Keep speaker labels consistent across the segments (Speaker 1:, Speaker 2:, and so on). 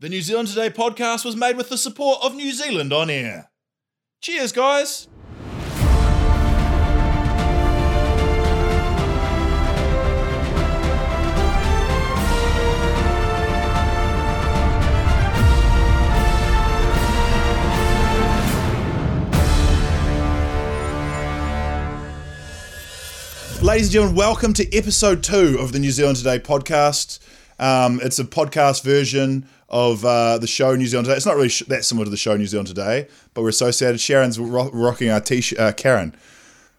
Speaker 1: The New Zealand Today podcast was made with the support of New Zealand On Air. Cheers, guys! Ladies and gentlemen, welcome to episode two of the New Zealand Today podcast. Um, it's a podcast version of uh, the show New Zealand Today. It's not really sh- that similar to the show New Zealand Today, but we're associated. Sharon's ro- rocking our t-shirt. Uh, Karen,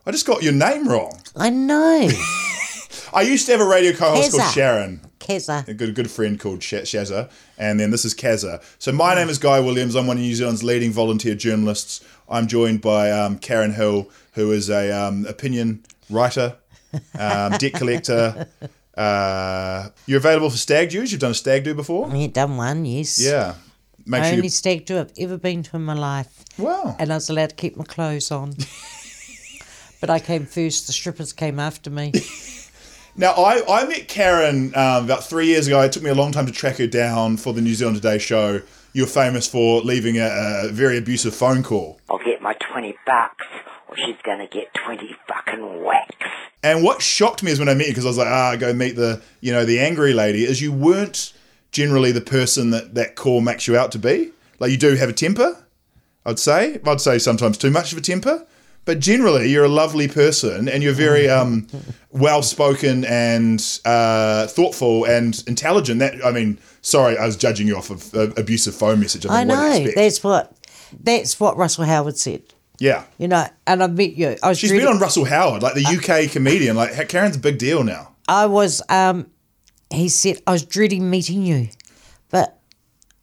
Speaker 1: I just got your name wrong.
Speaker 2: I know.
Speaker 1: I used to have a radio co-host called
Speaker 2: Keza.
Speaker 1: Sharon,
Speaker 2: Keza.
Speaker 1: a good good friend called Sh- Shazza, and then this is Kazza. So my name is Guy Williams. I'm one of New Zealand's leading volunteer journalists. I'm joined by um, Karen Hill, who is a um, opinion writer, um, debt collector. Uh, you're available for stag dues. You've done a stag do before,
Speaker 2: You done one, yes.
Speaker 1: yeah. Make sure
Speaker 2: Only
Speaker 1: you.
Speaker 2: stag do I've ever been to in my life.
Speaker 1: Wow.
Speaker 2: And I was allowed to keep my clothes on. but I came first, the strippers came after me.
Speaker 1: Now, I, I met Karen um, about three years ago. It took me a long time to track her down for the New Zealand Today show. You're famous for leaving a, a very abusive phone call.
Speaker 3: I'll get my 20 bucks, or she's gonna get 20 fucking whacks.
Speaker 1: And what shocked me is when I met you, because I was like, ah, go meet the, you know, the angry lady, is you weren't generally the person that that call makes you out to be. Like, you do have a temper, I'd say. I'd say sometimes too much of a temper. But generally, you're a lovely person and you're very
Speaker 2: Mm.
Speaker 1: um, well spoken and uh, thoughtful and intelligent. That I mean, sorry, I was judging you off of uh, abusive phone message.
Speaker 2: I
Speaker 1: mean, what do you
Speaker 2: know.
Speaker 1: expect?
Speaker 2: That's what that's what Russell Howard said.
Speaker 1: yeah.
Speaker 2: You know, and I met you. I was
Speaker 1: She's
Speaker 2: really,
Speaker 1: been on Russell Howard, like the UK comedian. Like, Karen's a big deal now.
Speaker 2: I was um he said, I was dreading meeting you. But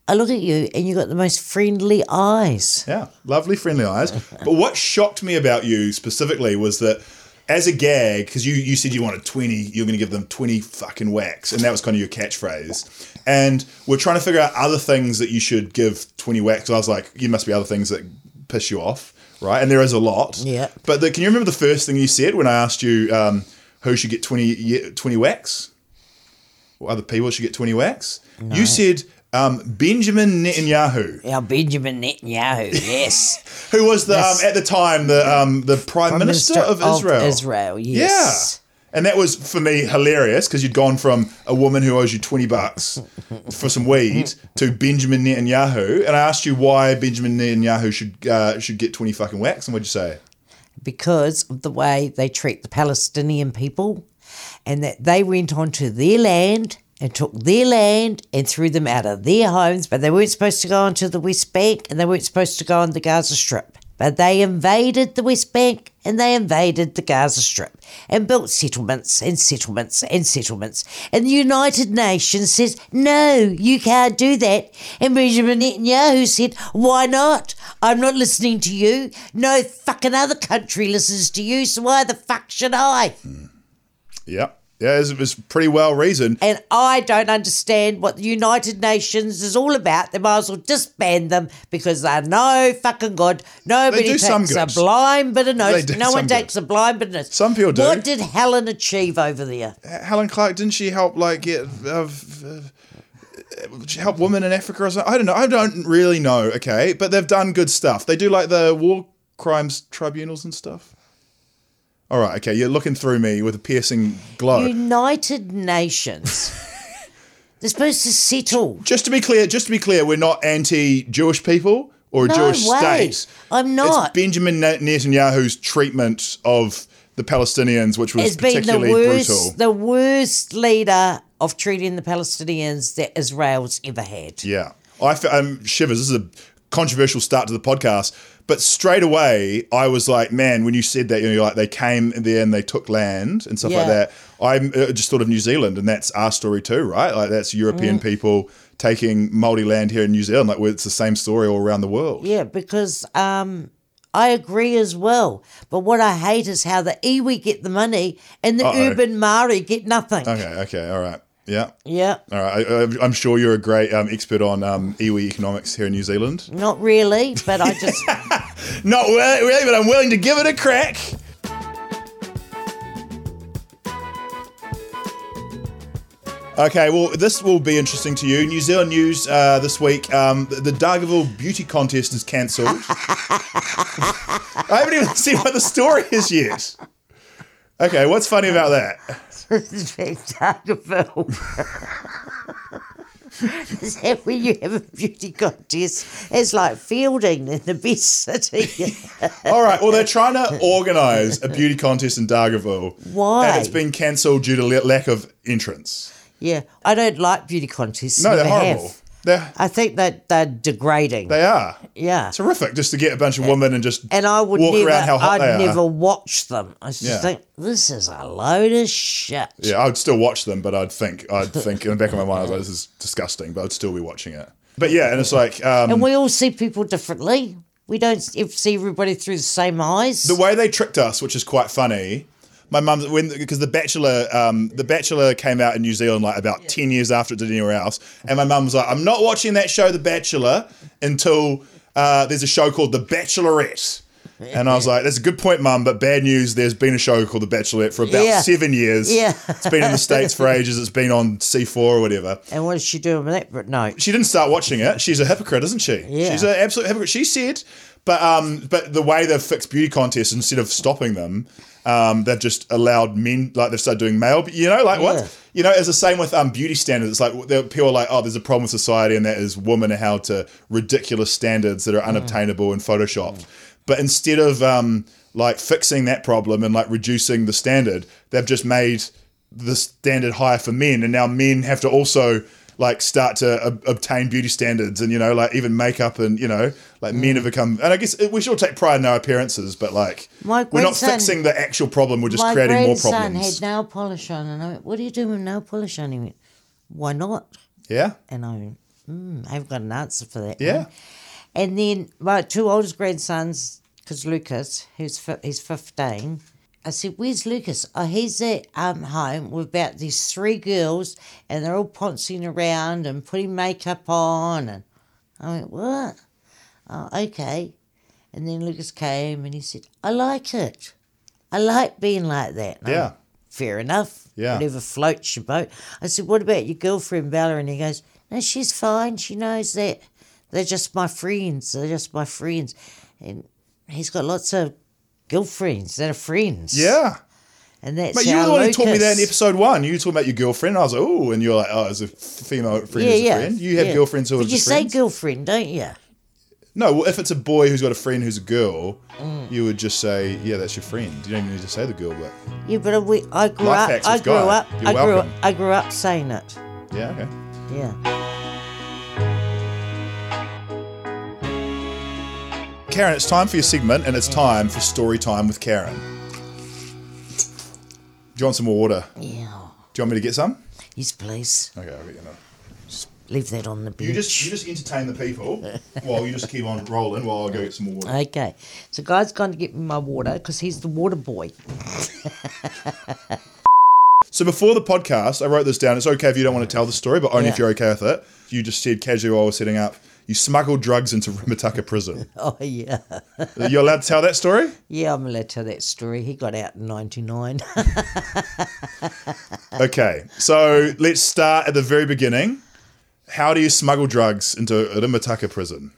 Speaker 2: I look at you and you got the most friendly eyes.
Speaker 1: Yeah, lovely, friendly eyes. But what shocked me about you specifically was that as a gag, because you, you said you wanted 20, you're going to give them 20 fucking whacks. And that was kind of your catchphrase. And we're trying to figure out other things that you should give 20 whacks. And I was like, you must be other things that piss you off, right? And there is a lot.
Speaker 2: Yeah.
Speaker 1: But the, can you remember the first thing you said when I asked you um, who should get 20, ye- 20 whacks? Or other people should get 20 whacks? You said um, Benjamin Netanyahu
Speaker 2: Yeah, Benjamin Netanyahu, yes.
Speaker 1: who was the
Speaker 2: Yes.
Speaker 1: um, at the time the um, the prime, minister, of Israel.
Speaker 2: Israel,
Speaker 1: Yeah,
Speaker 2: yes.
Speaker 1: and that was for me hilarious because you'd gone from a woman who owes you twenty bucks for some weed to Benjamin Netanyahu, and I asked you why Benjamin Netanyahu should uh, should get twenty fucking whacks, and what'd you say?
Speaker 2: because of the way they treat the Palestinian people and that they went onto their land and took their land and threw them out of their homes, but they weren't supposed to go onto the West Bank and they weren't supposed to go on the Gaza Strip. But they invaded the West Bank and they invaded the Gaza Strip and built settlements and settlements and settlements. And the United Nations says, no, you can't do that. And Benjamin Netanyahu said, why not? I'm not listening to you. No fucking other country listens to you, so why the fuck should I?
Speaker 1: Hmm. Yeah, yeah, it was, it was pretty well reasoned.
Speaker 2: And I don't understand what the United Nations is all about. They might as well disband them because they're no fucking good. Nobody
Speaker 1: do
Speaker 2: takes
Speaker 1: some
Speaker 2: a
Speaker 1: good.
Speaker 2: blind bit of
Speaker 1: They
Speaker 2: notice.
Speaker 1: do
Speaker 2: No
Speaker 1: some
Speaker 2: one
Speaker 1: good.
Speaker 2: takes a blind bit of notice.
Speaker 1: Some people do.
Speaker 2: What did Helen achieve over there?
Speaker 1: Helen Clark didn't she help like get uh, uh, she help women in Africa or something? I don't know. I don't really know. Okay, but they've done good stuff. They do like the war crimes tribunals and stuff. All right. Okay, you're looking through me with a piercing glow.
Speaker 2: United Nations. They're supposed to settle.
Speaker 1: just to be clear, just to be clear, we're not anti-Jewish people or a
Speaker 2: No
Speaker 1: Jewish
Speaker 2: way.
Speaker 1: state.
Speaker 2: I'm
Speaker 1: It's
Speaker 2: not.
Speaker 1: Benjamin Net- Netanyahu's treatment of the Palestinians, which was
Speaker 2: It's been the
Speaker 1: particularly
Speaker 2: worst,
Speaker 1: brutal.
Speaker 2: the worst leader of treating the Palestinians that Israel's ever had.
Speaker 1: Yeah, I fe- um, shivers. This is a controversial start to the podcast, but straight away I was like, man, when you said that, you know, you're like they came there and they took land and stuff like
Speaker 2: Yeah.
Speaker 1: that. I uh, just thought of New Zealand, and that's our story too, right? Like that's European
Speaker 2: Mm.
Speaker 1: people taking Maori land here in New Zealand. Like well, it's the same story all around the world.
Speaker 2: Yeah, because um, I agree as well. But what I hate is how the iwi get the money and the
Speaker 1: Uh-oh.
Speaker 2: urban Maori get nothing.
Speaker 1: Okay. Okay. All right. Yeah.
Speaker 2: Yeah,
Speaker 1: All right. I, I- I'm sure you're a great um, expert on um, iwi economics here in New Zealand.
Speaker 2: not really, but I just
Speaker 1: Not really, really, but I'm willing to give it a crack. Okay, well, this will be interesting to you. New Zealand news uh, this week: um, the, the Dargaville Beauty Contest is cancelled. I haven't even seen what the story is yet. Okay, what's funny about that?
Speaker 2: Dargaville. Is that when you have a beauty contest? It's like fielding in the best city.
Speaker 1: All right, well, they're trying to organise a beauty contest in Dargaville.
Speaker 2: Why?
Speaker 1: And it's been cancelled due to la- lack of entrance.
Speaker 2: yeah, I don't like beauty contests.
Speaker 1: No, they're
Speaker 2: never have.
Speaker 1: horrible. They're,
Speaker 2: I think that they're degrading.
Speaker 1: they are.
Speaker 2: yeah.
Speaker 1: Terrific just to get a bunch of women and just
Speaker 2: and I would
Speaker 1: walk
Speaker 2: never,
Speaker 1: around how hot
Speaker 2: I'd
Speaker 1: they
Speaker 2: never
Speaker 1: are.
Speaker 2: watch them. I just
Speaker 1: Yeah.
Speaker 2: think this is a load of shit.
Speaker 1: Yeah, I would still watch them, but I'd think I'd think in the back of my mind, I was like, this is disgusting, but I'd still be watching it. But yeah, and it's like um,
Speaker 2: And we all see people differently. We don't s- if- see everybody through the same eyes.
Speaker 1: the way they tricked us, which is quite funny. My mum's when because the Bachelor, um, the Bachelor came out in New Zealand like about ten years after it did anywhere else, and my mum was like, "I'm not watching that show, The Bachelor, until uh, there's a show called The Bachelorette." And I was like, "That's a good point, mum, but bad news. There's been a show called The Bachelorette for about
Speaker 2: Yeah.
Speaker 1: seven years.
Speaker 2: Yeah.
Speaker 1: it's been in the states for ages. It's been on C4 or whatever.
Speaker 2: and what does she do with that? But no.
Speaker 1: she didn't start watching it. She's a hypocrite, isn't she?
Speaker 2: Yeah.
Speaker 1: She's an absolute hypocrite. She said, but um, but the way they've fixed beauty contests instead of stopping them, um, they've just allowed men like they've started doing male. You know, like
Speaker 2: Yeah.
Speaker 1: what? You know, it's the same with um beauty standards. It's like there- people are like, oh, there's a problem with society, and that is women are held to ridiculous standards that are unobtainable and photoshopped. But instead of um like fixing that problem and like reducing the standard, they've just made the standard higher for men, and now men have to also like start to ob- obtain beauty standards, and you know, like even makeup, and you know, like men have become. And I guess it- we should all take pride in our appearances, but like
Speaker 2: My
Speaker 1: we're not
Speaker 2: grandson-
Speaker 1: fixing the actual problem; we're just
Speaker 2: My
Speaker 1: creating more
Speaker 2: grandson had
Speaker 1: problems.
Speaker 2: nail polish on, and I went, "What do you do with nail polish on?" He went, "Why not?"
Speaker 1: yeah,
Speaker 2: And I went, mm, "I've got an answer for that."
Speaker 1: yeah.
Speaker 2: one." And then my two oldest grandsons, because Lucas, who's fi- he's fifteen, I said, "Where's Lucas?" Oh, he's at um, home with about these three girls, and they're all pouncing around and putting makeup on. And I went, "What? Oh, okay." And then Lucas came and he said, "I like it. I like being like that." And I
Speaker 1: Yeah.
Speaker 2: went, Fair enough.
Speaker 1: Yeah.
Speaker 2: Whatever floats your boat. I said, What about your girlfriend, Bella? And he goes, No, she's fine. She knows that. They're just my friends. They're just my friends. And he's got lots of girlfriends that are friends.
Speaker 1: Yeah,
Speaker 2: And that's
Speaker 1: but you were
Speaker 2: how
Speaker 1: the one who
Speaker 2: Lucas,
Speaker 1: taught me that in episode one. You were talking about your girlfriend. I was like, oh, and you're like, oh, as a female friend,
Speaker 2: Yeah,
Speaker 1: is a
Speaker 2: yeah.
Speaker 1: friend. You have
Speaker 2: yeah.
Speaker 1: girlfriends who are
Speaker 2: But you
Speaker 1: just
Speaker 2: say
Speaker 1: friends.
Speaker 2: girlfriend, don't you?
Speaker 1: no, well, if it's a boy who's got a friend who's a girl,
Speaker 2: Mm.
Speaker 1: you would just say, yeah, that's your friend. You don't even need to say the girl, but
Speaker 2: Yeah, but we, I grew
Speaker 1: Life
Speaker 2: up.
Speaker 1: hacks
Speaker 2: I
Speaker 1: with
Speaker 2: grew
Speaker 1: Guy.
Speaker 2: up.
Speaker 1: You're
Speaker 2: I grew up.
Speaker 1: welcome.
Speaker 2: I grew up saying it.
Speaker 1: yeah, okay.
Speaker 2: Yeah.
Speaker 1: Karen, it's time for your segment, and it's time for story time with Karen. Do you want some more water? Do
Speaker 2: Yeah.
Speaker 1: you want me to get some?
Speaker 2: Yes, please.
Speaker 1: Okay, I'll get you another.
Speaker 2: Leave that on the bench.
Speaker 1: You just you just entertain the people while you just keep on rolling while I go get some more water.
Speaker 2: Okay, so guy's going to get me my water because he's the water boy.
Speaker 1: So before the podcast, I wrote this down. It's okay if you don't want to tell the story, but only if
Speaker 2: Yeah.
Speaker 1: you're okay with it. You just said casually while we're setting up, you smuggled drugs into Rimataka prison.
Speaker 2: Oh yeah,
Speaker 1: You're allowed to tell that story?
Speaker 2: yeah. I'm allowed to tell that story. He got out in '99.
Speaker 1: Okay. So let's start at the very beginning. How do you smuggle drugs into Rimataka prison?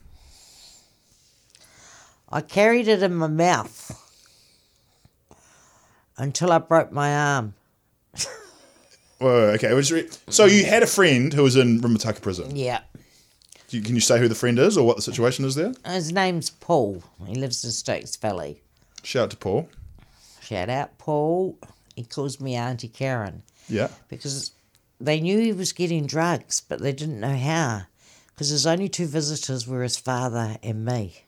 Speaker 2: I carried it in my mouth until I broke my arm.
Speaker 1: Whoa, okay. it was re- so you had a friend who was in Rimataka prison.
Speaker 2: Yeah,
Speaker 1: Do you- Can you say who the friend is or what the situation is there?
Speaker 2: his name's Paul. He lives in Stokes Valley.
Speaker 1: Shout out to Paul.
Speaker 2: Shout out, Paul. He calls me Auntie Karen.
Speaker 1: Yeah.
Speaker 2: because they knew he was getting drugs, but they didn't know how. Because his only two visitors were his father and me,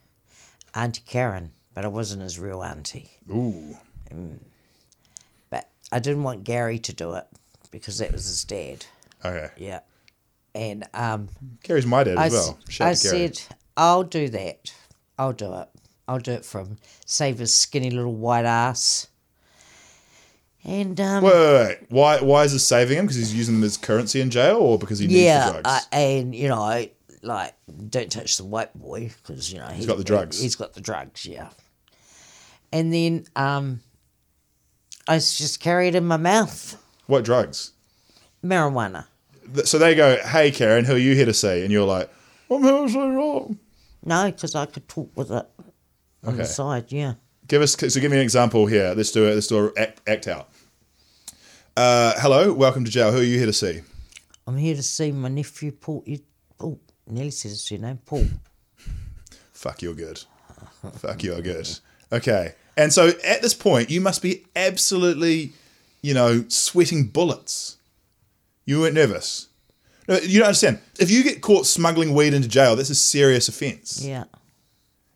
Speaker 2: Auntie Karen, but I wasn't his real auntie.
Speaker 1: Ooh.
Speaker 2: But I didn't want Gary to do it because that was his dad.
Speaker 1: Okay.
Speaker 2: Yeah. And um,
Speaker 1: Gary's my dad
Speaker 2: I,
Speaker 1: as
Speaker 2: s-
Speaker 1: well. Shout
Speaker 2: I
Speaker 1: out to Gary.
Speaker 2: said, I'll do that. I'll do it. I'll do it for him. Save his skinny little white ass. And um,
Speaker 1: Wait, wait, wait. Why, why is this saving him? Because he's using them as currency in jail or because he needs
Speaker 2: yeah,
Speaker 1: the drugs?
Speaker 2: I, and you know, like don't touch the white boy because you know he's
Speaker 1: got the drugs.
Speaker 2: He's got the drugs, yeah. And then um, I s- just carried in my mouth
Speaker 1: what drugs?
Speaker 2: marijuana.
Speaker 1: th- so they go, "Hey, Karen, who are you here to see?" And you're like, "I'm here to see Rob."
Speaker 2: No, because I could talk with it on
Speaker 1: Okay.
Speaker 2: the side. Yeah.
Speaker 1: Give us so give me an example here. Let's do it. Let's do a act, act out. Uh, hello, welcome to jail. Who are you here to see?
Speaker 2: I'm here to see my nephew Paul. you- Paul nearly said his name. Paul.
Speaker 1: Fuck, you're good. Fuck, you're good. Okay. And so at this point, you must be absolutely, you know, sweating bullets. You weren't nervous. No, you don't understand. If you get caught smuggling weed into jail, that's a serious offence.
Speaker 2: Yeah.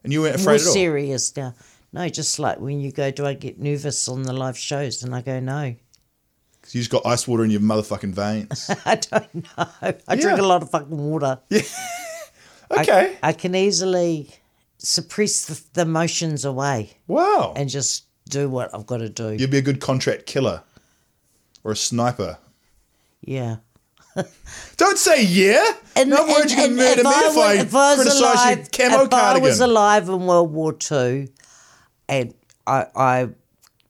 Speaker 1: And you weren't
Speaker 2: More
Speaker 1: afraid at all.
Speaker 2: serious now. No, just like when you go, do I get nervous on the live shows? And I go, no,
Speaker 1: 'Cause You just got ice water in your motherfucking veins.
Speaker 2: I don't know. I drink
Speaker 1: Yeah.
Speaker 2: a lot of fucking water.
Speaker 1: Okay.
Speaker 2: I can easily suppress the, the emotions away
Speaker 1: wow.
Speaker 2: and just do what I've got to do.
Speaker 1: You'd be a good contract killer or a sniper.
Speaker 2: Yeah.
Speaker 1: Don't say yeah.
Speaker 2: And,
Speaker 1: no
Speaker 2: and-
Speaker 1: words you can
Speaker 2: and
Speaker 1: murder me if I, criticise your camo
Speaker 2: if I
Speaker 1: cardigan.
Speaker 2: was alive in World War Two, and I, I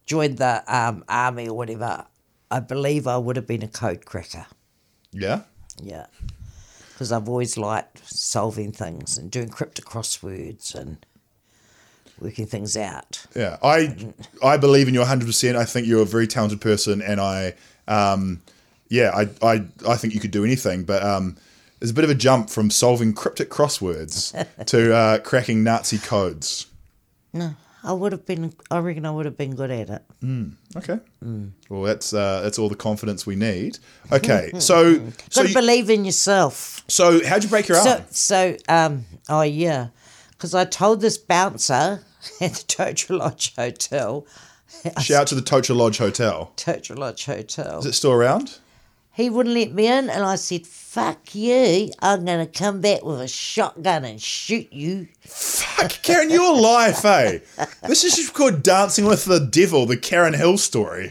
Speaker 2: joined the um, army or whatever, I believe I would have been a code cracker.
Speaker 1: yeah.
Speaker 2: Yeah, because I've always liked solving things and doing cryptic crosswords and working things out.
Speaker 1: Yeah, I I believe in you 100. percent I think you're a very talented person, and I, um, yeah, I, I I think you could do anything. But um, there's a bit of a jump from solving cryptic crosswords to uh, cracking Nazi codes.
Speaker 2: I would have been. I reckon I would have been good at it.
Speaker 1: Okay.
Speaker 2: Hmm.
Speaker 1: Well, that's uh, that's all the confidence we need. Okay, so so
Speaker 2: hmm. Got to
Speaker 1: you,
Speaker 2: believe in yourself.
Speaker 1: so how'd you break your arm?
Speaker 2: So, so um, oh yeah, because I told this bouncer at the Totra Lodge Hotel,
Speaker 1: Shout out to the Tocha Lodge Hotel.
Speaker 2: Totra Lodge Hotel,
Speaker 1: Is it still around?
Speaker 2: he wouldn't let me in, and I said, "Fuck you! I'm gonna come back with a shotgun and shoot you."
Speaker 1: Fuck, Karen, you're a life, eh? This is just called Dancing with the Devil, the Karen Hill story.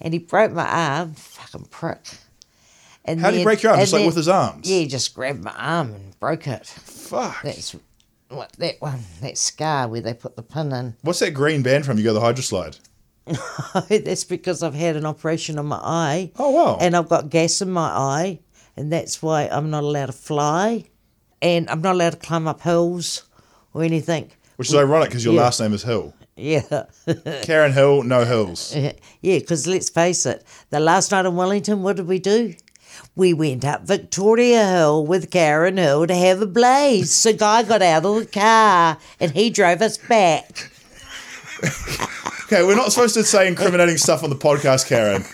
Speaker 2: And he broke my arm, fucking prick. And
Speaker 1: How did he
Speaker 2: then-
Speaker 1: break your arm?
Speaker 2: and
Speaker 1: Just like
Speaker 2: then-
Speaker 1: with his arms?
Speaker 2: Yeah, he just grabbed my arm and broke it.
Speaker 1: Fuck.
Speaker 2: That's what that one, that scar where they put the pin in. Oh,
Speaker 1: What's that green band from? You go the hydroslide.
Speaker 2: that's because I've had an operation on my eye.
Speaker 1: Oh, wow.
Speaker 2: And I've got gas in my eye, and that's why I'm not allowed to fly, and I'm not allowed to climb up hills or anything.
Speaker 1: Which is ironic because your
Speaker 2: Yeah.
Speaker 1: last name is Hill.
Speaker 2: Yeah,
Speaker 1: Karen Hill, no hills.
Speaker 2: yeah. Because let's face it, the last night in Wellington, what did we do? We went up Victoria Hill with Karen Hill to have a blaze. So guy got out of the car and he drove us back.
Speaker 1: Okay, we're not supposed to say incriminating stuff on the podcast, Karen.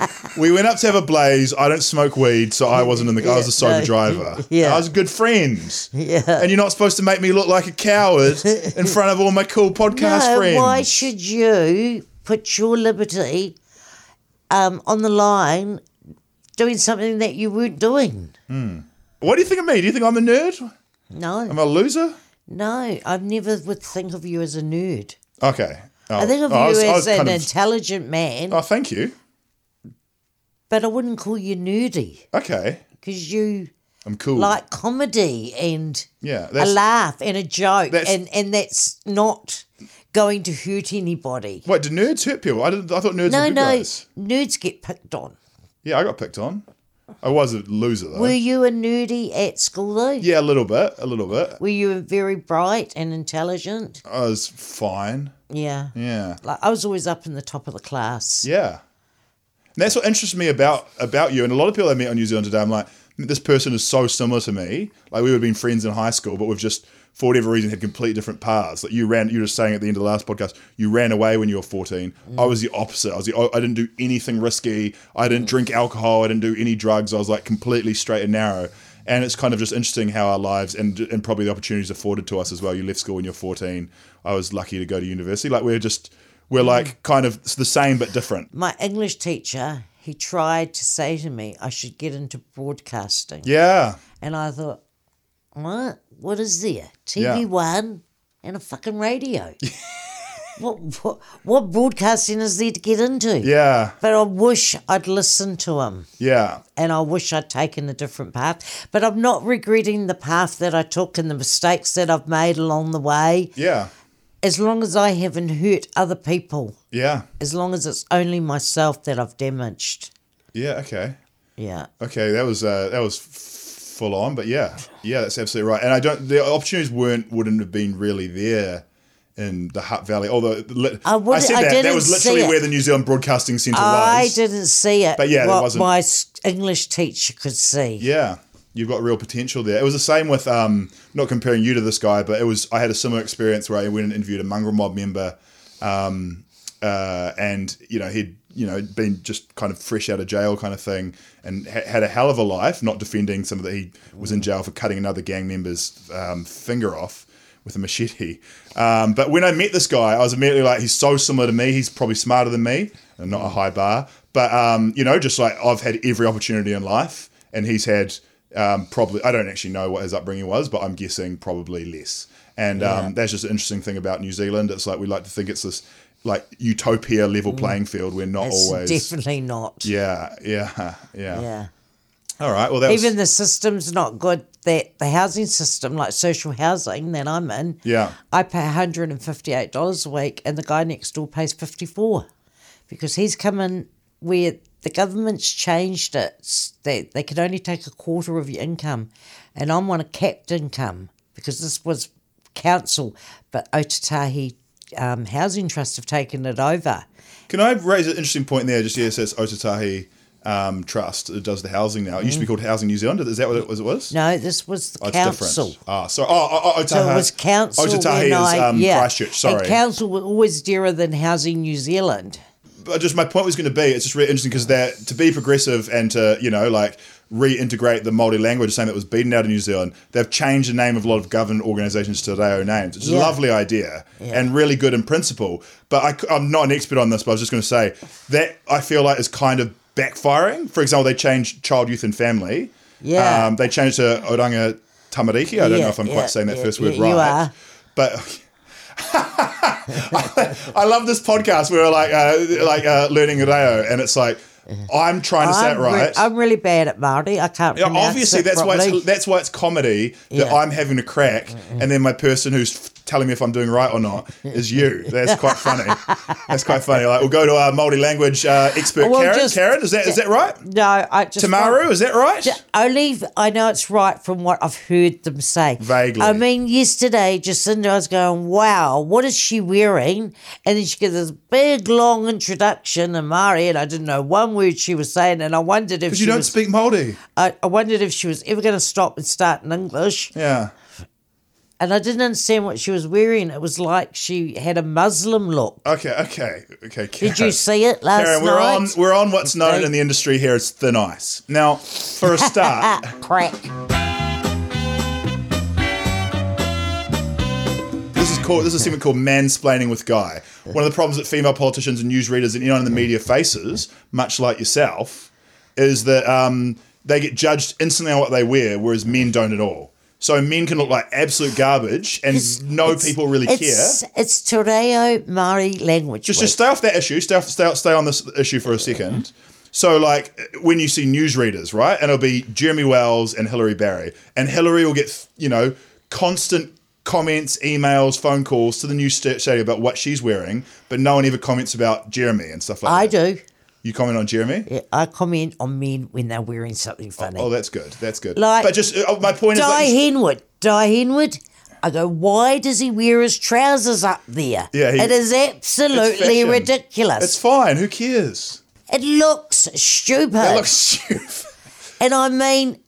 Speaker 1: We went up to have a blaze. I don't smoke weed, so I wasn't in the. I was a sober
Speaker 2: no.
Speaker 1: driver.
Speaker 2: Yeah.
Speaker 1: I was good friends.
Speaker 2: Yeah.
Speaker 1: And you're not supposed to make me look like a coward in front of all my cool podcast
Speaker 2: no,
Speaker 1: friends.
Speaker 2: why should you put your liberty um, on the line doing something that you weren't doing?
Speaker 1: what do you think of me? Do you think I'm a nerd?
Speaker 2: No,
Speaker 1: I'm a loser?
Speaker 2: no, I've never would think of you as a nerd.
Speaker 1: Okay. Oh,
Speaker 2: I think of
Speaker 1: oh,
Speaker 2: you
Speaker 1: was-
Speaker 2: as
Speaker 1: was
Speaker 2: an
Speaker 1: kind of-
Speaker 2: intelligent man,
Speaker 1: Oh, thank you.
Speaker 2: but I wouldn't call you nerdy
Speaker 1: Okay.
Speaker 2: because you
Speaker 1: I'm cool.
Speaker 2: like comedy and
Speaker 1: yeah,
Speaker 2: a
Speaker 1: that's
Speaker 2: laugh and a joke,
Speaker 1: that's-
Speaker 2: and, and that's not going to hurt anybody.
Speaker 1: Wait, do nerds hurt people? I, didn't, I thought nerds were
Speaker 2: No,
Speaker 1: good
Speaker 2: no,
Speaker 1: guys.
Speaker 2: nerds get picked on.
Speaker 1: Yeah, I got picked on. I was a loser though.
Speaker 2: Were you a nerdy at school though?
Speaker 1: yeah, a little bit, a little bit.
Speaker 2: Were you very bright and intelligent?
Speaker 1: I was fine.
Speaker 2: Yeah.
Speaker 1: Uh, Yeah,
Speaker 2: Like I was always up in the top of the class.
Speaker 1: yeah. And that's what interests me about about you. And a lot of people I meet on New Zealand today, I'm like, this person is so similar to me. Like we would have been friends in high school, but we've just for whatever reason had completely different paths. Like you ran, you were just saying at the end of the last podcast, you ran away when you were 14. I was the opposite. I was the, I didn't do anything risky. I didn't drink alcohol. I didn't do any drugs. I was like completely straight and narrow. and it's kind of just interesting how our lives and and probably the opportunities afforded to us as well. You left school when you're 14. I was lucky to go to university. Like we're just we're like kind of the same but different.
Speaker 2: My English teacher, he tried to say to me I should get into broadcasting.
Speaker 1: Yeah,
Speaker 2: And I thought, what? What is there?
Speaker 1: Yeah.
Speaker 2: TV One and a fucking radio. what, what what broadcasting is there to get into?
Speaker 1: yeah,
Speaker 2: But I wish I'd listened to him.
Speaker 1: yeah.
Speaker 2: and I wish I'd taken a different path. But I'm not regretting the path that I took and the mistakes that I've made along the way,
Speaker 1: Yeah,
Speaker 2: as long as I haven't hurt other people,
Speaker 1: yeah,
Speaker 2: as long as it's only myself that I've damaged.
Speaker 1: yeah. Okay.
Speaker 2: Yeah.
Speaker 1: Okay, that was uh, that was f- full on, but yeah, yeah, that's absolutely right. And I don't the opportunities weren't wouldn't have been really there in the Hutt Valley. Although li-
Speaker 2: I wouldn't-
Speaker 1: that
Speaker 2: I
Speaker 1: that
Speaker 2: didn't
Speaker 1: was
Speaker 2: see
Speaker 1: literally
Speaker 2: it.
Speaker 1: where the New Zealand Broadcasting Centre
Speaker 2: I
Speaker 1: was.
Speaker 2: didn't see it.
Speaker 1: But yeah, there
Speaker 2: what
Speaker 1: wasn't-
Speaker 2: my s- English teacher could see.
Speaker 1: Yeah, you've got real potential there. It was the same with um, not comparing you to this guy, but it was I had a similar experience where I went and interviewed a mongrel mob member, um, uh, and you know he'd you know been just kind of fresh out of jail kind of thing, and ha- had a hell of a life. Not defending some of the he was in jail for cutting another gang member's um, finger off. With a machete, um, but when I met this guy, I was immediately like, "He's so similar to me. He's probably smarter than me, and not a high bar." But um, you know, just like I've had every opportunity in life, and he's had um, probably I don't actually know what his upbringing was, but I'm guessing probably less. And um, that's just an interesting thing about New Zealand. It's like we like to think it's this like utopia level playing field. We're not
Speaker 2: Mm. It's
Speaker 1: always.
Speaker 2: definitely not.
Speaker 1: yeah, yeah, yeah,
Speaker 2: Yeah.
Speaker 1: All right. Well, that was,
Speaker 2: Even the system's not good. That the housing system, like social housing that I'm in,
Speaker 1: Yeah.
Speaker 2: I pay $158 a week and the guy next door pays 54 because he's come in where the government's changed it. S- They, they can only take a quarter of your income. And I'm on a capped income because this was council, but Otatahi um, Housing Trust have taken it over.
Speaker 1: Can I raise an interesting point there? Just yes, it's Otatahi um, Trust that does the housing now. It used to be called Housing New Zealand. Is that what it was? It was?
Speaker 2: Mm. No, this was the
Speaker 1: Oh, it's
Speaker 2: council.
Speaker 1: different. Ah, so oh, oh, oh,
Speaker 2: So
Speaker 1: Otahi-
Speaker 2: it was council
Speaker 1: Otatahi
Speaker 2: when
Speaker 1: is
Speaker 2: I,
Speaker 1: um,
Speaker 2: yeah.
Speaker 1: Christchurch. Sorry.
Speaker 2: And council were always dearer than housing New Zealand.
Speaker 1: but just my point was going to be it's just really interesting because that to be progressive and to you know like reintegrate the Maori language, saying that was beaten out of New Zealand, they've changed the name of a lot of government organisations to their own names. It's a
Speaker 2: Yeah.
Speaker 1: lovely idea and really good in principle. But I, am not an expert on this, but I was just going to say that I feel like is kind of backfiring. For example, they changed child, youth, and family.
Speaker 2: Yeah.
Speaker 1: Um, they changed to Oranga Tamariki. I don't know
Speaker 2: Yeah,
Speaker 1: if I'm
Speaker 2: yeah,
Speaker 1: quite saying that
Speaker 2: yeah,
Speaker 1: first word
Speaker 2: yeah,
Speaker 1: right.
Speaker 2: you are.
Speaker 1: But I love this podcast where we're like uh, like uh, learning Reo, and it's like I'm trying to say it
Speaker 2: I'm, re-
Speaker 1: right.
Speaker 2: I'm really bad at Māori. I can't
Speaker 1: Yeah,
Speaker 2: pronounce
Speaker 1: obviously,
Speaker 2: it
Speaker 1: that's why
Speaker 2: properly.
Speaker 1: it's, that's why it's comedy that
Speaker 2: Yeah.
Speaker 1: I'm having a crack, and then my person who's f- telling me if I'm doing right or not is you. That's quite funny. that's quite funny. Like we'll go to our multi language uh, expert,
Speaker 2: Well,
Speaker 1: Karen.
Speaker 2: just-
Speaker 1: Karen, is that is that right?
Speaker 2: No, I just
Speaker 1: Tamaru, is that right?
Speaker 2: Only I know it's right from what I've heard them say.
Speaker 1: Vaguely.
Speaker 2: I mean, yesterday Jacinda, I was going, "Wow, what is she wearing?" And then she gave this big long introduction in Māori, and I didn't know one word she was saying, and I wondered if
Speaker 1: Because
Speaker 2: she
Speaker 1: you don't
Speaker 2: was,
Speaker 1: speak Maori.
Speaker 2: I, I wondered if she was ever going to stop and start in English.
Speaker 1: Yeah.
Speaker 2: and I didn't understand what she was wearing. It was like she had a Muslim look.
Speaker 1: Okay. Okay. Okay. Karen.
Speaker 2: Did you see it last
Speaker 1: Karen, we're
Speaker 2: night?
Speaker 1: on we're on what's known
Speaker 2: They-
Speaker 1: in the industry here as thin ice. Now, for a start,
Speaker 2: ah, crack.
Speaker 1: This is called this is a segment called mansplaining with Guy. One of the problems that female politicians and newsreaders and anyone in the media faces, much like yourself, is that um, they get judged instantly on what they wear, whereas men don't at all. So men can look like absolute garbage, and no people really care.
Speaker 2: It's, it's Te Reo Māori language.
Speaker 1: Just,
Speaker 2: week.
Speaker 1: just stay off that issue. Stay off, stay, off- stay on this issue for a second. So, like, when you see newsreaders, right, and it'll be Jeremy Wells and Hillary Barry, and Hillary will get, you know, constant comments, emails, phone calls to the news sta- station about what she's wearing, but no one ever comments about Jeremy and stuff like
Speaker 2: I
Speaker 1: that.
Speaker 2: do.
Speaker 1: You comment on Jeremy?
Speaker 2: Yeah, I comment on men when they're wearing something funny.
Speaker 1: Oh, that's good. That's good.
Speaker 2: Like-
Speaker 1: but just uh, my point is,
Speaker 2: Di
Speaker 1: like, you-
Speaker 2: Henwood. Di Henwood. I go, why does he wear his trousers up there?
Speaker 1: Yeah, he-
Speaker 2: it is
Speaker 1: it's
Speaker 2: absolutely
Speaker 1: fashion.
Speaker 2: ridiculous.
Speaker 1: It's fine. Who cares?
Speaker 2: it looks stupid.
Speaker 1: It looks stupid.
Speaker 2: and I mean,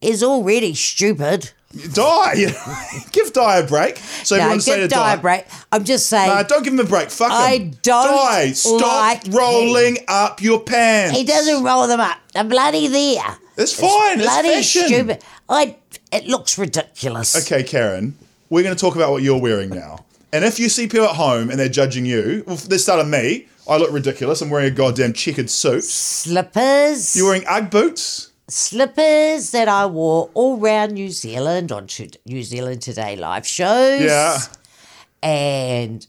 Speaker 2: is already stupid.
Speaker 1: Die. you know? give Die a break. So
Speaker 2: No,
Speaker 1: everyone say to
Speaker 2: give Di a break. I'm just saying.
Speaker 1: Uh, don't give him a break. Fuck him.
Speaker 2: I don't
Speaker 1: Die. Stop
Speaker 2: like
Speaker 1: rolling up your pants.
Speaker 2: He doesn't roll them up. They're bloody there.
Speaker 1: It's fine. It's,
Speaker 2: bloody
Speaker 1: fashion.
Speaker 2: stupid. I. It looks ridiculous.
Speaker 1: Okay, Karen. We're going to talk about what you're wearing now. And if you see people at home and they're judging you, well, they start on me. I look ridiculous. I'm wearing a goddamn checkered suit.
Speaker 2: Slippers.
Speaker 1: You're wearing UGG boots.
Speaker 2: slippers that I wore all round New Zealand on to New Zealand Today live shows.
Speaker 1: Yeah.
Speaker 2: And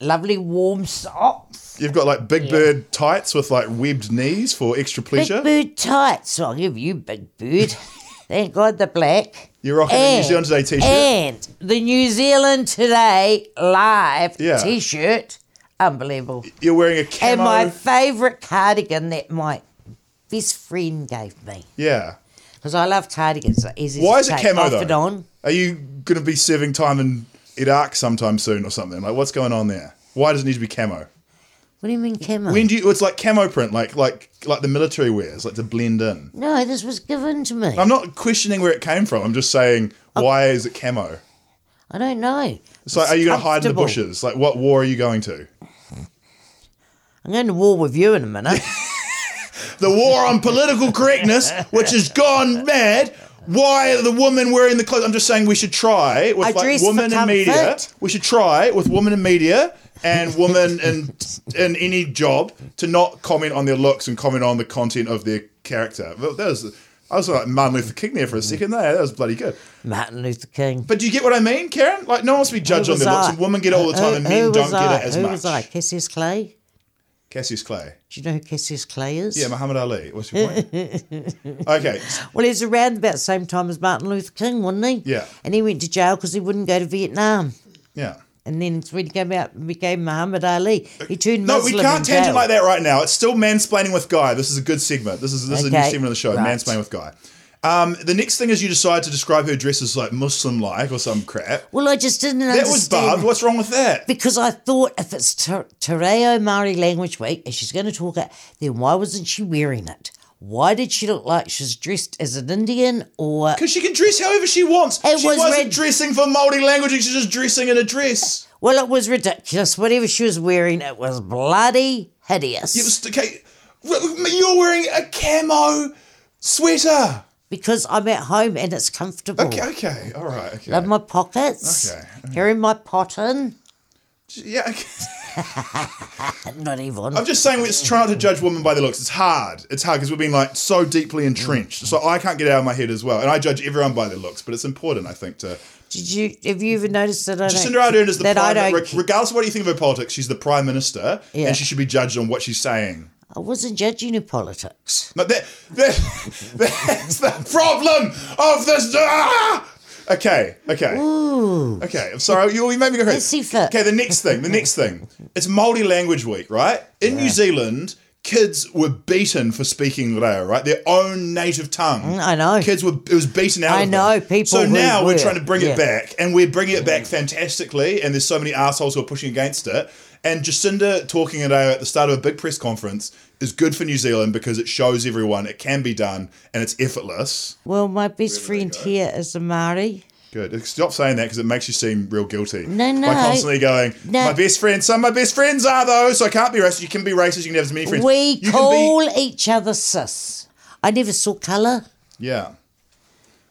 Speaker 2: lovely warm socks.
Speaker 1: You've got like big bird tights with like webbed knees for extra pleasure.
Speaker 2: Big bird tights. I'll give you big bird. Thank God the black.
Speaker 1: You're rocking a
Speaker 2: Eh.
Speaker 1: New Zealand Today t-shirt.
Speaker 2: And the New Zealand Today live
Speaker 1: Yeah. E-
Speaker 2: t-shirt. Unbelievable.
Speaker 1: You're wearing a camo.
Speaker 2: And my favourite cardigan that my best friend gave me
Speaker 1: Yeah.
Speaker 2: because I love cardigans. They're easy
Speaker 1: Why
Speaker 2: to
Speaker 1: is it
Speaker 2: take
Speaker 1: camo
Speaker 2: off
Speaker 1: though?
Speaker 2: and on.
Speaker 1: Are you going to be serving time in Iraq sometime soon or something? Like, what's going on there? Why does it need to be camo?
Speaker 2: What do you mean camo?
Speaker 1: When do you? It's like camo print, like like like the military wears, like to blend in.
Speaker 2: no, this was given to me.
Speaker 1: I'm not questioning where it came from. I'm just saying, why is it camo?
Speaker 2: I don't know.
Speaker 1: So,
Speaker 2: It's
Speaker 1: are you going to hide in the
Speaker 2: comfortable.
Speaker 1: bushes? Like, what war are you going to?
Speaker 2: I'm going to war with you in a minute.
Speaker 1: The war on political correctness, which has gone mad. Why are the women wearing the clothes? I'm just saying we should try with
Speaker 2: I
Speaker 1: like
Speaker 2: dress for
Speaker 1: women in media.
Speaker 2: comfort.
Speaker 1: We should try with women in media and women in in any job to not comment on their looks and comment on the content of their character. But that was I was like Martin Luther King there for a second there. That was bloody good.
Speaker 2: Martin Luther King.
Speaker 1: But do you get what I mean, Karen? Like no one wants to be judged
Speaker 2: Who
Speaker 1: on their
Speaker 2: was
Speaker 1: looks.
Speaker 2: I?
Speaker 1: And women get it all the time,
Speaker 2: Who-
Speaker 1: and
Speaker 2: who
Speaker 1: men don't
Speaker 2: was I?
Speaker 1: get it as
Speaker 2: who
Speaker 1: much.
Speaker 2: was I? Cassius Clay?
Speaker 1: Cassius Clay.
Speaker 2: Do you know who Cassius Clay is?
Speaker 1: Yeah, Muhammad Ali. What's your point? okay,
Speaker 2: Well, he was around about the same time as Martin Luther King, wasn't he?
Speaker 1: Yeah.
Speaker 2: And he went to jail because he wouldn't go to Vietnam.
Speaker 1: yeah.
Speaker 2: And then when he came out and became Muhammad Ali, he turned
Speaker 1: No,
Speaker 2: Muslim.
Speaker 1: we can't
Speaker 2: in jail.
Speaker 1: tangent like that right now. It's still mansplaining with Guy. This is a good segment. This is this is a new
Speaker 2: Okay,
Speaker 1: segment of the show.
Speaker 2: right.
Speaker 1: Mansplaining with Guy. Um, the next thing is you decide to describe her dress as like Muslim-like or some crap.
Speaker 2: Well, I just didn't
Speaker 1: That was
Speaker 2: understand.
Speaker 1: bad. What's wrong with that?
Speaker 2: Because I thought if it's Te Tereo Māori Language Week and she's going to talk it, then why wasn't she wearing it? Why did she look like she's dressed as an Indian or
Speaker 1: Because she can dress however she wants.
Speaker 2: It
Speaker 1: she
Speaker 2: was
Speaker 1: wasn't
Speaker 2: red-
Speaker 1: dressing for multi language. She's just dressing in a dress.
Speaker 2: well, it was ridiculous. Whatever she was wearing, it was bloody hideous.
Speaker 1: It was okay. You're wearing a camo sweater.
Speaker 2: because I'm at home and it's comfortable.
Speaker 1: Okay, okay, all right. Okay.
Speaker 2: Love my pockets.
Speaker 1: Okay,
Speaker 2: Carry my pot in.
Speaker 1: yeah. Okay.
Speaker 2: Not even.
Speaker 1: I'm just saying, it's trying to judge women by their looks. It's hard. It's hard because we've been like so deeply entrenched. So I can't get it out of my head as well. And I judge everyone by their looks, but it's important, I think, to.
Speaker 2: Did you have you ever noticed that I
Speaker 1: Jacinda
Speaker 2: don't,
Speaker 1: Ardern is the
Speaker 2: that I
Speaker 1: prime.
Speaker 2: don't.
Speaker 1: reg- Regardless of what you think of her politics, she's the prime minister,
Speaker 2: Yeah.
Speaker 1: and she should be judged on what she's saying.
Speaker 2: I wasn't judging her politics.
Speaker 1: But that, that, that's the problem of this. Ah! Okay, okay. Okay, I'm sorry. You, you made me go
Speaker 2: Let's see
Speaker 1: crazy.
Speaker 2: fit.
Speaker 1: Okay, the next thing, the next thing. It's multi language week, right? In New Zealand, kids were beaten for speaking Reo, right? Their own native tongue.
Speaker 2: Mm, I know.
Speaker 1: Kids were, it was beaten out
Speaker 2: I
Speaker 1: of
Speaker 2: know,
Speaker 1: them.
Speaker 2: people
Speaker 1: So
Speaker 2: who
Speaker 1: now we're
Speaker 2: were,
Speaker 1: trying to bring
Speaker 2: yeah. Mm.
Speaker 1: it back, and we're bringing it back fantastically, and there's so many assholes who are pushing against it. And Jacinda talking today at the start of a big press conference is good for New Zealand because it shows everyone it can be done and it's effortless.
Speaker 2: Well, my best friend here is a Maori.
Speaker 1: Good. Stop saying that because it makes you seem real guilty.
Speaker 2: No, no.
Speaker 1: By constantly going,
Speaker 2: No.
Speaker 1: my best friends, some of my best friends are though, so I can't be racist. You can be racist, you can have as many friends.
Speaker 2: We
Speaker 1: you
Speaker 2: call each other sis. I never saw colour.
Speaker 1: be, yeah.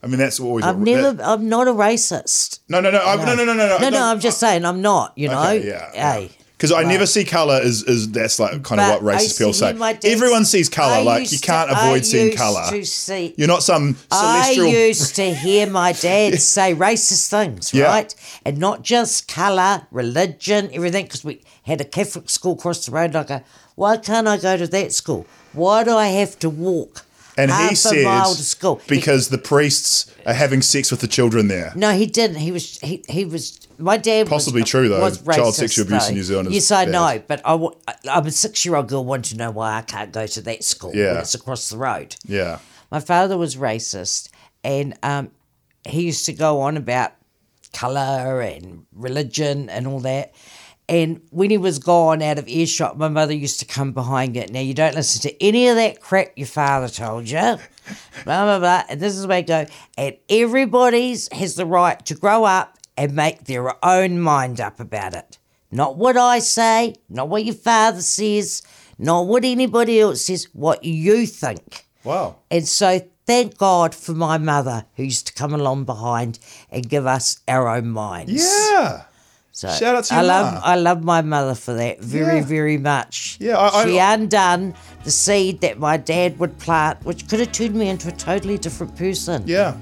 Speaker 1: I mean, that's always.
Speaker 2: I've
Speaker 1: what- that-
Speaker 2: never. I'm not a racist.
Speaker 1: no, no, no, I, no, no, no, no, no.
Speaker 2: No, no. I'm just saying. I'm not. You know.
Speaker 1: Okay, yeah.
Speaker 2: Oh, Hey.
Speaker 1: Because I never see color as, as that's like kind of
Speaker 2: But
Speaker 1: what
Speaker 2: I
Speaker 1: racist people
Speaker 2: see
Speaker 1: say.
Speaker 2: in my dad's-
Speaker 1: Everyone sees color,
Speaker 2: I
Speaker 1: like you
Speaker 2: used to-
Speaker 1: can't
Speaker 2: I
Speaker 1: avoid seeing
Speaker 2: used
Speaker 1: color.
Speaker 2: to see-
Speaker 1: You're not some celestial.
Speaker 2: I used to hear my dad say racist things,
Speaker 1: Yeah.
Speaker 2: right? And not just colour, religion, everything, because we had a Catholic school across the road. And I go, why can't I go to that school? Why do I have to walk
Speaker 1: and
Speaker 2: half
Speaker 1: he
Speaker 2: a mile to
Speaker 1: says
Speaker 2: school? He-
Speaker 1: because the priests are having sex with the children there.
Speaker 2: no, he didn't. He was he, he was my dad.
Speaker 1: Possibly
Speaker 2: was,
Speaker 1: true, though.
Speaker 2: Was
Speaker 1: Child
Speaker 2: racist,
Speaker 1: sexual abuse in
Speaker 2: though.
Speaker 1: New Zealand is
Speaker 2: Yes, I
Speaker 1: bad.
Speaker 2: know, but I, wa- I- I'm a six year old girl. Want to know why I can't go to that school? when
Speaker 1: Yeah.
Speaker 2: it's across the road.
Speaker 1: Yeah.
Speaker 2: My father was racist, and um, he used to go on about colour and religion and all that. And when he was gone out of earshot, my mother used to come behind it. Now you don't listen to any of that crap your father told you. Blah blah blah. And this is where I go. And everybody's has the right to grow up and make their own mind up about it. Not what I say, not what your father says, not what anybody else says, what you think.
Speaker 1: Wow.
Speaker 2: And so thank God for my mother who used to come along behind and give us our own minds.
Speaker 1: Yeah.
Speaker 2: So
Speaker 1: Shout out to
Speaker 2: I
Speaker 1: your
Speaker 2: love
Speaker 1: ma.
Speaker 2: I love my mother for that very,
Speaker 1: Yeah.
Speaker 2: very much.
Speaker 1: Yeah, I- I-
Speaker 2: she undone the seed that my dad would plant, which could have turned me into a totally different person.
Speaker 1: Yeah.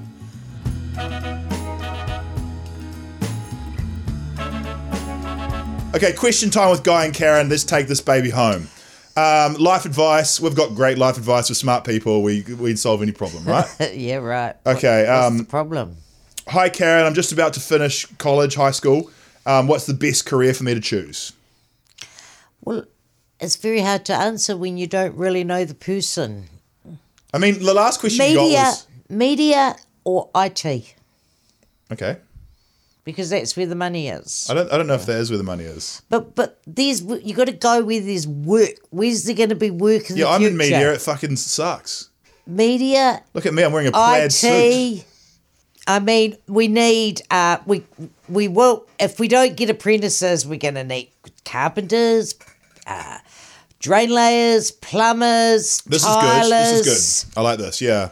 Speaker 1: Okay, question time with Guy and Karen. Let's take this baby home. Um, life advice. We've got great life advice for smart people. We we'd solve any problem, right?
Speaker 2: yeah, right.
Speaker 1: Okay,
Speaker 2: What- what's
Speaker 1: um,
Speaker 2: the problem?
Speaker 1: Hi, Karen. I'm just about to finish college, high school. Um, what's the best career for me to choose?
Speaker 2: Well, it's very hard to answer when you don't really know the person.
Speaker 1: I mean, the last question you got
Speaker 2: Media,
Speaker 1: was
Speaker 2: media or IT,
Speaker 1: okay.
Speaker 2: because that's where the money is.
Speaker 1: I don't. I don't know if that is where the money is.
Speaker 2: But but there's you got to go where there's work. Where's there going to be work in
Speaker 1: Yeah,
Speaker 2: the
Speaker 1: I'm
Speaker 2: future?
Speaker 1: in media. It fucking sucks.
Speaker 2: Media,
Speaker 1: Look at me. I'm wearing a plaid suit.
Speaker 2: IT. I mean, we need uh, we we will if we don't get apprentices, we're going to need carpenters, uh, drain layers, plumbers,
Speaker 1: This is good.
Speaker 2: tilers.
Speaker 1: This is good. I like this. Yeah,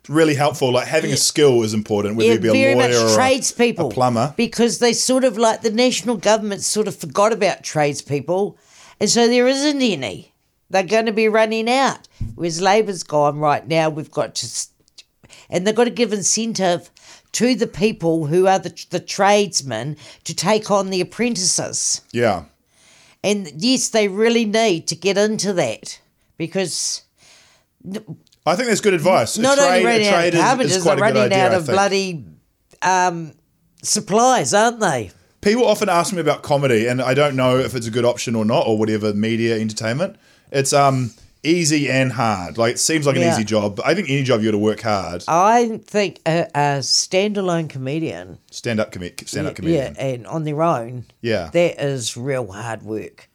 Speaker 1: it's really helpful. Like having a skill is important, whether
Speaker 2: Yeah,
Speaker 1: you be a
Speaker 2: very
Speaker 1: lawyer
Speaker 2: much
Speaker 1: or a-
Speaker 2: tradespeople,
Speaker 1: a plumber.
Speaker 2: because they sort of like the national government sort of forgot about tradespeople, and so there isn't any. They're going to be running out. Whereas Labor's gone right now. We've got to, s- and they've got to give incentive to the people who are the, the tradesmen to take on the apprentices.
Speaker 1: Yeah,
Speaker 2: And yes, they really need to get into that because
Speaker 1: I think that's good advice.
Speaker 2: not
Speaker 1: a
Speaker 2: only
Speaker 1: trade,
Speaker 2: running
Speaker 1: a
Speaker 2: out
Speaker 1: trade
Speaker 2: of
Speaker 1: is,
Speaker 2: carpenters,
Speaker 1: is quite
Speaker 2: they're
Speaker 1: a good
Speaker 2: running
Speaker 1: idea.
Speaker 2: out
Speaker 1: I
Speaker 2: of
Speaker 1: think.
Speaker 2: bloody um, supplies, aren't they?
Speaker 1: People often ask me about comedy, and I don't know if it's a good option or not, or whatever media entertainment. It's um easy and hard. Like it seems like an
Speaker 2: Yeah.
Speaker 1: easy job, but I think any job you got to work hard.
Speaker 2: I think a, a standalone comedian,
Speaker 1: Stand up comic, stand up comedian.
Speaker 2: yeah, and on their own,
Speaker 1: Yeah.
Speaker 2: that is real hard work.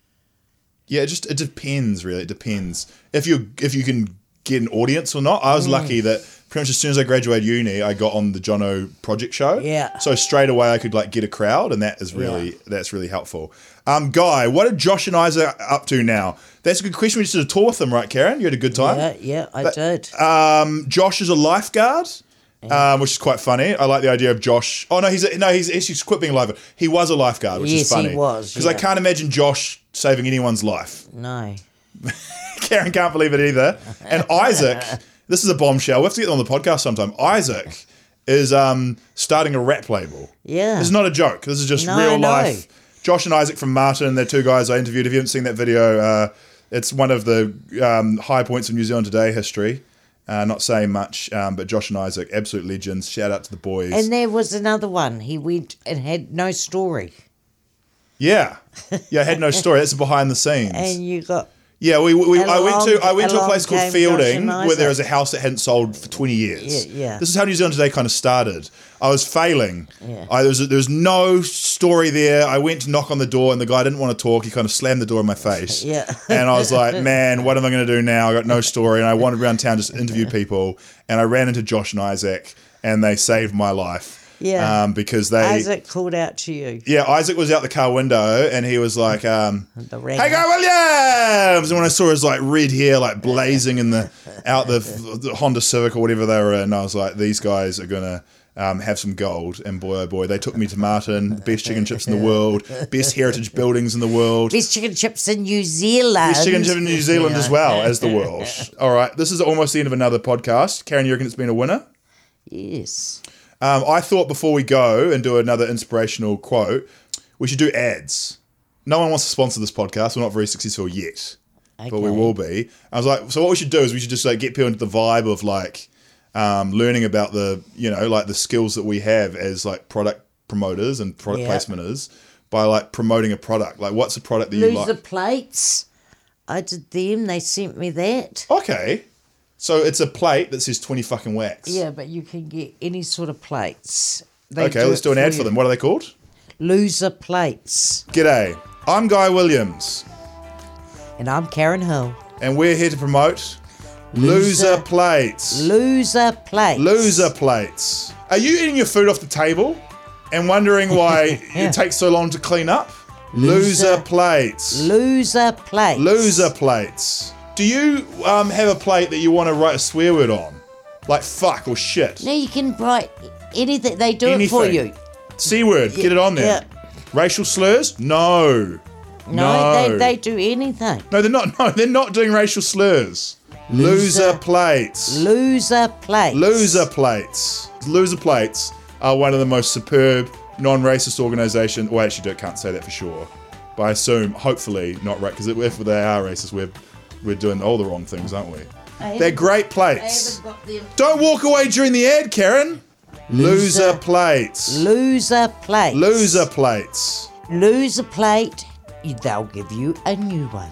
Speaker 1: Yeah, it just it depends really. It depends if you if you can get an audience or not. I was
Speaker 2: Mm.
Speaker 1: lucky that pretty much as soon as I graduated uni, I got on the Jono Project Show.
Speaker 2: Yeah.
Speaker 1: So straight away, I could like get a crowd, and that is really that's really helpful. Um, Guy, what are Josh and Isa up to now? That's a good question. We just did a tour with them, right, Karen? You had a good time.
Speaker 2: Yeah, yeah, I did.
Speaker 1: Um, Josh is a lifeguard, um, which is quite funny. I like the idea of Josh. Oh no, he's a, no, he's he's quit being a lifeguard. He was a lifeguard, which is
Speaker 2: Yes, he
Speaker 1: funny.
Speaker 2: was,
Speaker 1: because I
Speaker 2: yeah.
Speaker 1: can't imagine Josh saving anyone's life.
Speaker 2: no,
Speaker 1: Karen can't believe it either. And Isaac, this is a bombshell. We have to get them on the podcast sometime. Isaac is um, starting a rap label.
Speaker 2: Yeah.
Speaker 1: This is not a joke. This is just
Speaker 2: No,
Speaker 1: real
Speaker 2: no.
Speaker 1: life. Josh and Isaac from Martin, they're two guys I interviewed. If you haven't seen that video, uh, it's one of the um, high points of New Zealand Today history. Uh, not saying much, um, but Josh and Isaac, absolute legends. Shout out to the boys.
Speaker 2: and there was another one. He went and had no story,
Speaker 1: yeah. Yeah, I had no story. That's behind the scenes.
Speaker 2: and you got
Speaker 1: Yeah, we, we I went
Speaker 2: Along-
Speaker 1: to I went to a
Speaker 2: along
Speaker 1: place called
Speaker 2: came
Speaker 1: Fielding
Speaker 2: Josh and
Speaker 1: where there was
Speaker 2: Isaac.
Speaker 1: a house that hadn't sold for twenty years.
Speaker 2: Yeah, yeah.
Speaker 1: This is how New Zealand Today kind of started. I was failing.
Speaker 2: Yeah.
Speaker 1: I, there, was, there was no story there. I went to knock on the door and the guy didn't want to talk. He kind of slammed the door in my face.
Speaker 2: Yeah.
Speaker 1: And I was like, man, what am I going to do now? I got no story. And I wandered around town just to interview people. And I ran into Josh and Isaac and they saved my life.
Speaker 2: Yeah.
Speaker 1: Um, because they
Speaker 2: Isaac called out to you.
Speaker 1: yeah, Isaac was out the car window and he was like, um,
Speaker 2: The
Speaker 1: "Hey,
Speaker 2: ring.
Speaker 1: Guy Williams!" And when I saw his like red hair like blazing in the out the, the Honda Civic or whatever they were in, I was like, "These guys are gonna." Um, have some gold, and boy oh boy, they took me to Martin, best chicken chips in the world, best heritage buildings in the world,
Speaker 2: Best chicken chips in New Zealand.
Speaker 1: best chicken chips in New Zealand as well as the world. All right, this is almost the end of another podcast. Karen, you reckon it's been a winner?
Speaker 2: Yes.
Speaker 1: Um, I thought before we go and do another inspirational quote, we should do ads. No one wants to sponsor this podcast. We're not very successful yet, but we
Speaker 2: Okay.
Speaker 1: will be. I was like, so what we should do is we should just like get people into the vibe of like um, learning about the you know like the skills that we have as like product promoters and product
Speaker 2: Yeah.
Speaker 1: placementers by like promoting a product. Like, what's a product that you
Speaker 2: Loser
Speaker 1: like?
Speaker 2: plates. I did them. They sent me that.
Speaker 1: Oh. okay, so it's a plate that says twenty fucking wax.
Speaker 2: Yeah, but you can get any sort of plates. They
Speaker 1: Okay, let's
Speaker 2: it
Speaker 1: do an ad for
Speaker 2: you.
Speaker 1: them. What are they called?
Speaker 2: Loser plates.
Speaker 1: G'day, I'm Guy Williams.
Speaker 2: And I'm Karen Hill.
Speaker 1: and we're here to promote loser,
Speaker 2: Loser-
Speaker 1: plates.
Speaker 2: Loser plates.
Speaker 1: loser plates. Are you eating your food off the table and wondering why it takes so long to clean up? Loser,
Speaker 2: Loser-
Speaker 1: plates.
Speaker 2: Loser plates.
Speaker 1: loser plates. Do you um, have a plate that you want to write a swear word on? Like fuck or shit?
Speaker 2: No, you can write anything. They do it for
Speaker 1: Anything.
Speaker 2: you.
Speaker 1: C word, get it on there. Racial slurs? No.
Speaker 2: No, They, they do anything.
Speaker 1: No, they're not. No, they're not doing racial slurs. Loser,
Speaker 2: Loser-
Speaker 1: plates.
Speaker 2: Loser plates.
Speaker 1: Loser Plates. Loser Plates are one of the most superb non-racist organisations. Well, actually, I can't say that for sure, but I assume, hopefully, not right, because if they are racist, we're we're doing all the wrong things, aren't we? They're great plates.
Speaker 2: got them.
Speaker 1: Don't walk away during the ad, Karen. Loser, Plates.
Speaker 2: Loser plates.
Speaker 1: Loser Plates.
Speaker 2: Loser plate. They'll give you a new one.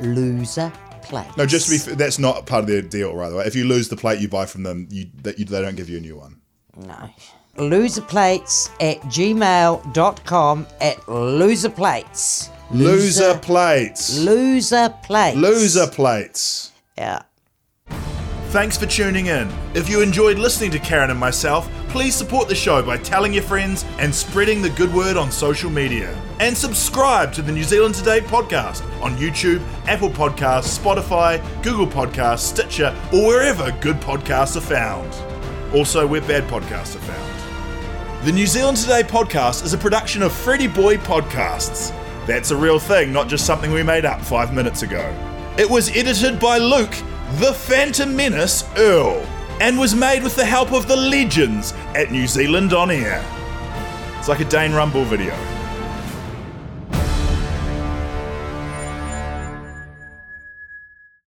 Speaker 2: Loser plate. plates.
Speaker 1: No, Oh, just to be f- that's not part of their deal, by the way. If you lose the plate you buy from them, you, that you they don't give you a new one.
Speaker 2: No. Loserplates at gmail.com at loserplates.
Speaker 1: Loser plates.
Speaker 2: Loser plates.
Speaker 1: Loser plates.
Speaker 2: Yeah.
Speaker 1: Thanks for tuning in. If you enjoyed listening to Karen and myself, please support the show by telling your friends and spreading the good word on social media. And subscribe to the New Zealand Today podcast on YouTube, Apple Podcasts, Spotify, Google Podcasts, Stitcher, or wherever good podcasts are found. Also, where bad podcasts are found. The New Zealand Today podcast is a production of Freddie Boy Podcasts. That's a real thing, not just something we made up five minutes ago. It was edited by Luke, the Phantom Menace Earl, and was made with the help of the legends at New Zealand On Air. It's like a Dane Rumble video.